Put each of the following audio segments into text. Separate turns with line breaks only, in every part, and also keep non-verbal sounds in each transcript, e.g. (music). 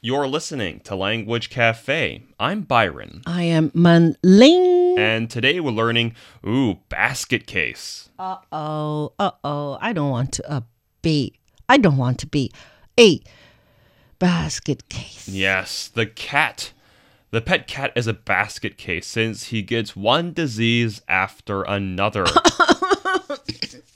You're listening to Language Cafe. I'm Byron.
I am Manling.
And today we're learning, ooh, basket case.
Uh oh, uh oh. I don't want to uh, be. I don't want to be a basket case.
Yes, the cat. The pet cat is a basket case since he gets one disease after another.
(laughs)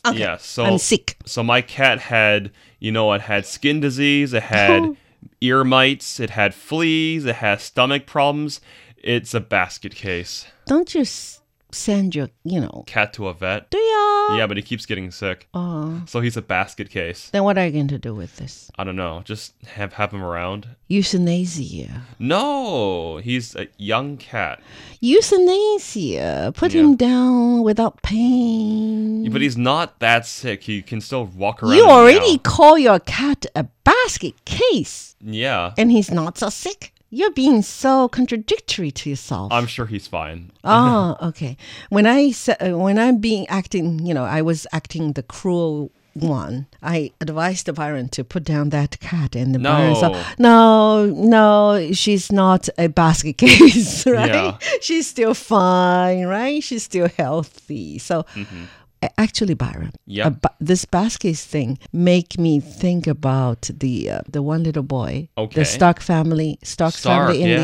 Okay,
yeah, so
I'm sick.
So my cat had, you know, it had skin disease, it
(laughs)
had ear mites, it had fleas, it has stomach problems. It's a basket case.
Don't you s- send your, you know,
Cat to a vet.
do ya?
Yeah, but he keeps getting sick.
Oh,
So he's a basket case.
then what are you going to do with this?
I don't know. Just have have him around.
Euthanasia.
No, he's a young cat,
Euthanasia. Put him down without pain.
but he's not that sick. He can still walk around.
You
and
already call your cat a basket case,
meow. Yeah,
and he's not so sick. You're being so contradictory to yourself.
I'm sure he's fine. Uh-huh.
oh, okay. When I sa- uh, when I'm being acting, you know, I was acting the cruel one. I advised Byron to put down that cat, and the Byron
No.
said, "No, no, she's not a basket (laughs) case, right?
Yeah.
She's still fine, right? She's still healthy." So. a- Actually, Byron,
Mm-hmm. Yeah.
ba- this basket thing make me think about the uh, the one little boy,
Okay.
the Stark family,
Stark,
Stark, family in
yeah.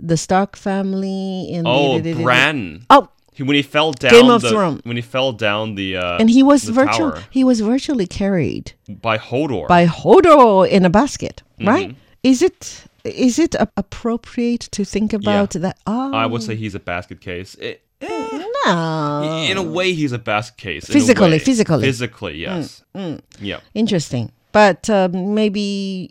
the the Stark family in
Oh,
the, the- the- the-
Bran.
Oh,
He, when he fell down
Game of
the,
Thrones.
when he fell down the uh,
and he was
the
virtual.
tower
He was virtually carried
by Hodor.
by Hodor in a basket,
Mm-hmm.
right? Is it is it a- appropriate to think about that? Oh,
I would say he's a basket case. It- eh,
no.
in a way, he's a basket case. in a
Oh. Physically,
way.
physically. Mm,
physically, yes, yeah.
Interesting, but um, maybe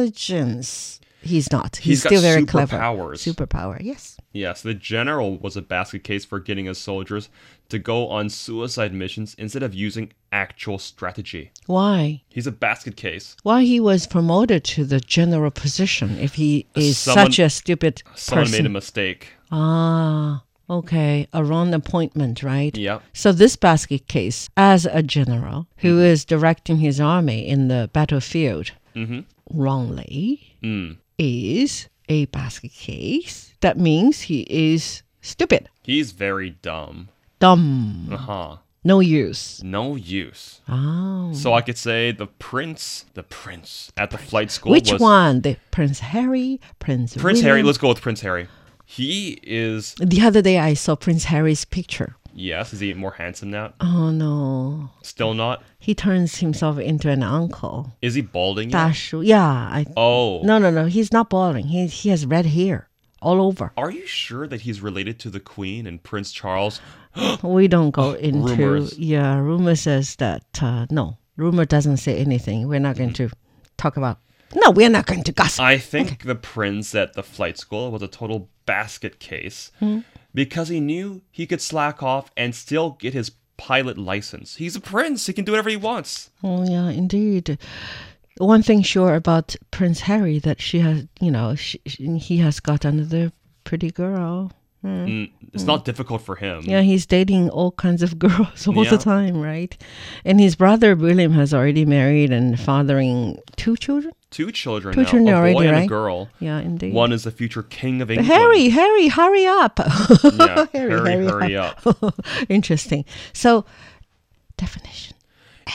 intelligence. He's not. He's,
He's got
still very clever.
superpowers.
Superpower. Yes.
Yes, the general was a basket case for getting his soldiers to go on suicide missions instead of using actual strategy.
Why?
He's a basket case.
Why he was promoted to the general position if he is
Uh, Someone-
such a stupid
Someone
person?
made a mistake.
Ah, okay. A wrong appointment, right?
Yeah.
So this basket case, as a general who
Mm-hmm.
is directing his army in the battlefield
Mm-hmm.
wrongly,
Mm.
is a basket case. That means he is stupid,
He's very dumb.
dumb,
Uh huh.
no use.
No use.
Oh.
So I could say the prince, the prince at the flight school.
Which
was,
one? The Prince Harry, Prince
Prince Harry.
William?
Let's go with Prince Harry. He is.
The other day I saw Prince Harry's picture.
Yes, is he more handsome now?
Oh no.
Still not.
He turns himself into an uncle.
Is he balding? yet?
大叔, yeah, I
Oh.
No, no, no. He's not balding. He he has red hair all over.
Are you sure that he's related to the Queen and Prince Charles?
(gasps) We don't go into
Rumors.
yeah. Rumor says that uh, no. Rumor doesn't say anything. We're not going to talk about. No, we're not going to
(laughs)
gossip.
I think the prince at the flight school was a total basket case
Hmm.
because he knew he could slack off and still get his pilot license. He's a prince, he can do whatever he wants.
(laughs) oh yeah, indeed. One thing sure about Prince Harry that she has, you know, she, she- he has got another pretty girl.
Mm, It's not difficult for him.
Hmm. Yeah, he's dating all kinds of (laughs) girls all
Yeah.
the time, right? And his brother William has already married and fathering two children.
Two children
Two
now, a
children
boy
already,
and a
right?
girl.
Yeah, indeed.
One is the future king of England.
Harry, Harry, hurry up. (laughs)
Yeah,
Harry,
hurry,
hurry
hurry
(laughs)
up.
Interesting. So, definition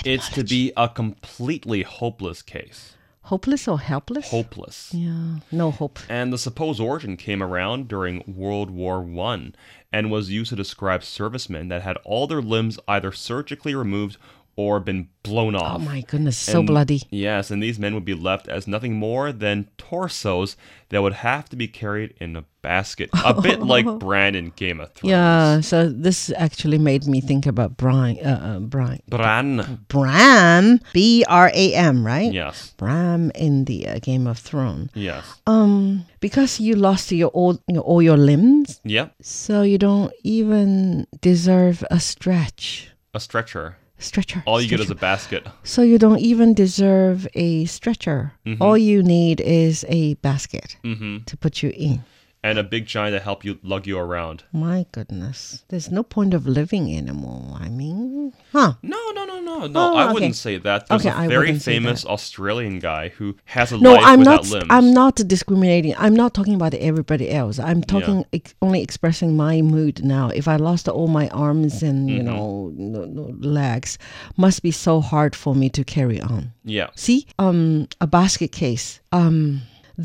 It's to be a completely hopeless case.
hopeless or helpless?
Hopeless.
Yeah, no hope.
and the supposed origin came around during World War One, and was used to describe servicemen that had all their limbs either surgically removed or been blown
Oh
off.
my goodness, so
And-
bloody.
Yes, and these men would be left as nothing more than torsos that would have to be carried in a basket, a
(laughs)
bit like Bran in Game of Thrones.
Yeah, so this actually made me think about Brian. Uh, uh, Brian.
Bran.
Bram, B R A M, right?
Yes.
Bram in the uh, Game of Thrones.
Yes.
Um, because you lost your all, your, all your limbs,
Yep.
so you don't even deserve a stretch.
A stretcher.
Stretcher.
All you get
stretcher.
is a basket.
So you don't even deserve
Mm-hmm.
a stretcher. All you need is a basket to put you in.
and a big giant to help you lug you around.
My goodness. There's no point of living anymore. I mean, huh.
No, no, no, no, no.
Oh,
I
okay.
wouldn't say that. There's
Okay,
a
I
very
wouldn't say
famous Australian guy who has a
No,
life
I'm
without
not.
limbs.
I'm not discriminating. I'm not talking about everybody else. I'm talking ex- only expressing my mood now. If I lost all my arms and
Mm-hmm.
you know no, no legs, must be so hard for me to carry on.
Yeah.
See, um, a basket case. Um,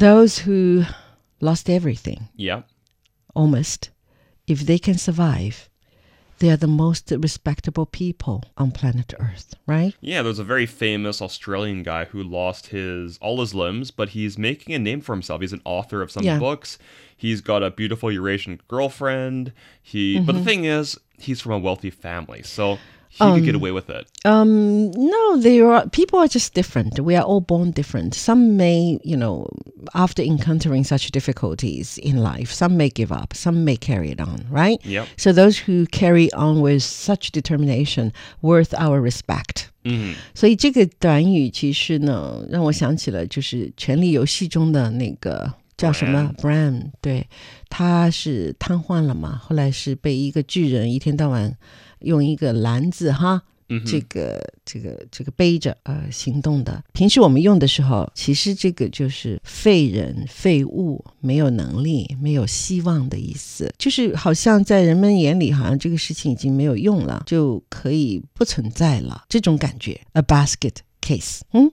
those who lost everything
Yeah.
almost, if they can survive, they are the most respectable people on planet Earth, right?
Yeah, there's a very famous Australian guy who lost his all his limbs, but he's making a name for himself. He's an author of some
Yeah.
books. He's got a beautiful Eurasian girlfriend. He
Mm-hmm.
but the thing is, he's from a wealthy family, so he could get away with it.
Um, no, they are people are just different. We are all born different. Some may, you know, after encountering such difficulties in life, some may give up, some may carry it on, right?
Yep.
So those who carry on with such determination worth our respect.
嗯，
所以这个短语其实呢，让我想起了就是《权力游戏》中的那个叫什么 Bran，对，他是瘫痪了嘛，后来是被一个巨人一天到晚用一个篮子哈。这个这个这个背着呃行动的，平时我们用的时候，其实这个就是废人、废物、没有能力、没有希望的意思，就是好像在人们眼里，好像这个事情已经没有用了，就可以不存在了，这种感觉。A basket case，嗯。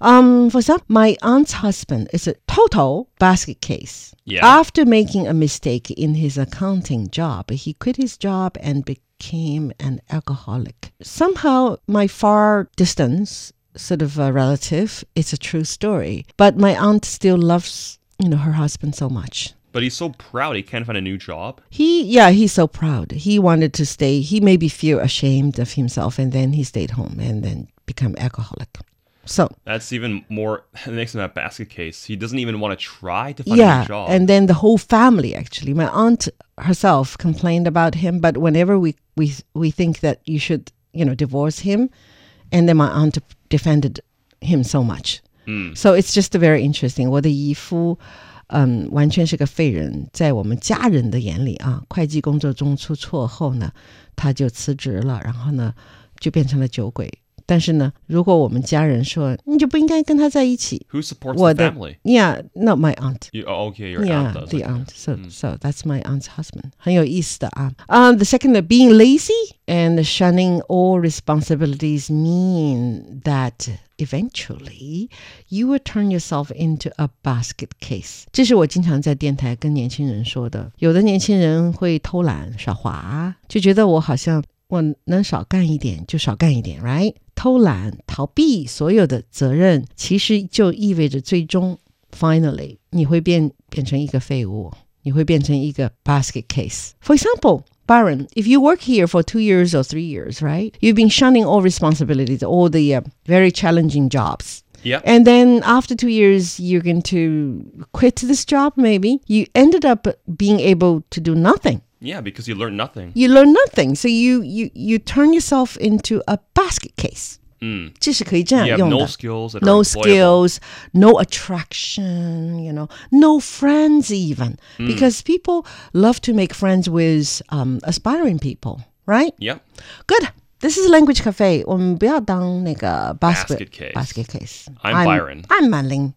Um, for example, my aunt's husband is a total basket case.
Yeah.
After making a mistake in his accounting job, he quit his job and became an alcoholic. Somehow, my far distance sort of a relative, it's a true story, but my aunt still loves, you know, her husband so much.
But he's so proud he can't find a new job.
He, yeah, he's so proud. He wanted to stay. He maybe feel ashamed of himself, and then he stayed home and then become alcoholic. So
That's even more (laughs) it makes him a basket case. He doesn't even want to try to find a
yeah
new job.
and then the whole family actually my aunt herself complained about him but whenever we we we think that you should you know divorce him and then my aunt defended him so much so it's just very interesting 我的姨夫嗯，完全是个废人，在我们家人的眼里啊，会计工作中出错后呢，他就辞职了，然后呢，就变成了酒鬼。但是呢，如果我们家人说你就不应该跟他在一起，
Who supports
我
the
的
family?
yeah not my aunt
You, oh, okay, your
yeah,
aunt does. hmm.
the aunt. So, so that's my aunt's husband. 很有意思的啊。Um, the second, uh, being lazy and shunning all responsibilities mean that eventually you will turn yourself into a basket case. 这是我经常在电台跟年轻人说的。有的年轻人会偷懒耍滑，就觉得我好像我能少干一点就少干一点，right？偷懒、逃避所有的责任，其实就意味着最终，finally，你会变变成一个废物，你会变成一个 basket case。For example. Byron, if you work here for two years or three years, right? You've been shunning all responsibilities, all the uh, very challenging jobs.
Yep.
And then after two years, you're going to quit this job, maybe. You ended up being able to do nothing
Yeah, because you learn nothing.
you learn nothing. So you you you turn yourself into a basket case.
嗯，
这是可以这样
You have
用的。
no skills that are
No
employable.
skills, no attraction, you know, no friends even,
Mm.
because people love to make friends with um, aspiring people, right?
Yep.
Good. This is Language Cafe. 我们不要当那个 basket
Basket case.
basket case.
I'm Byron.
I'm Manling.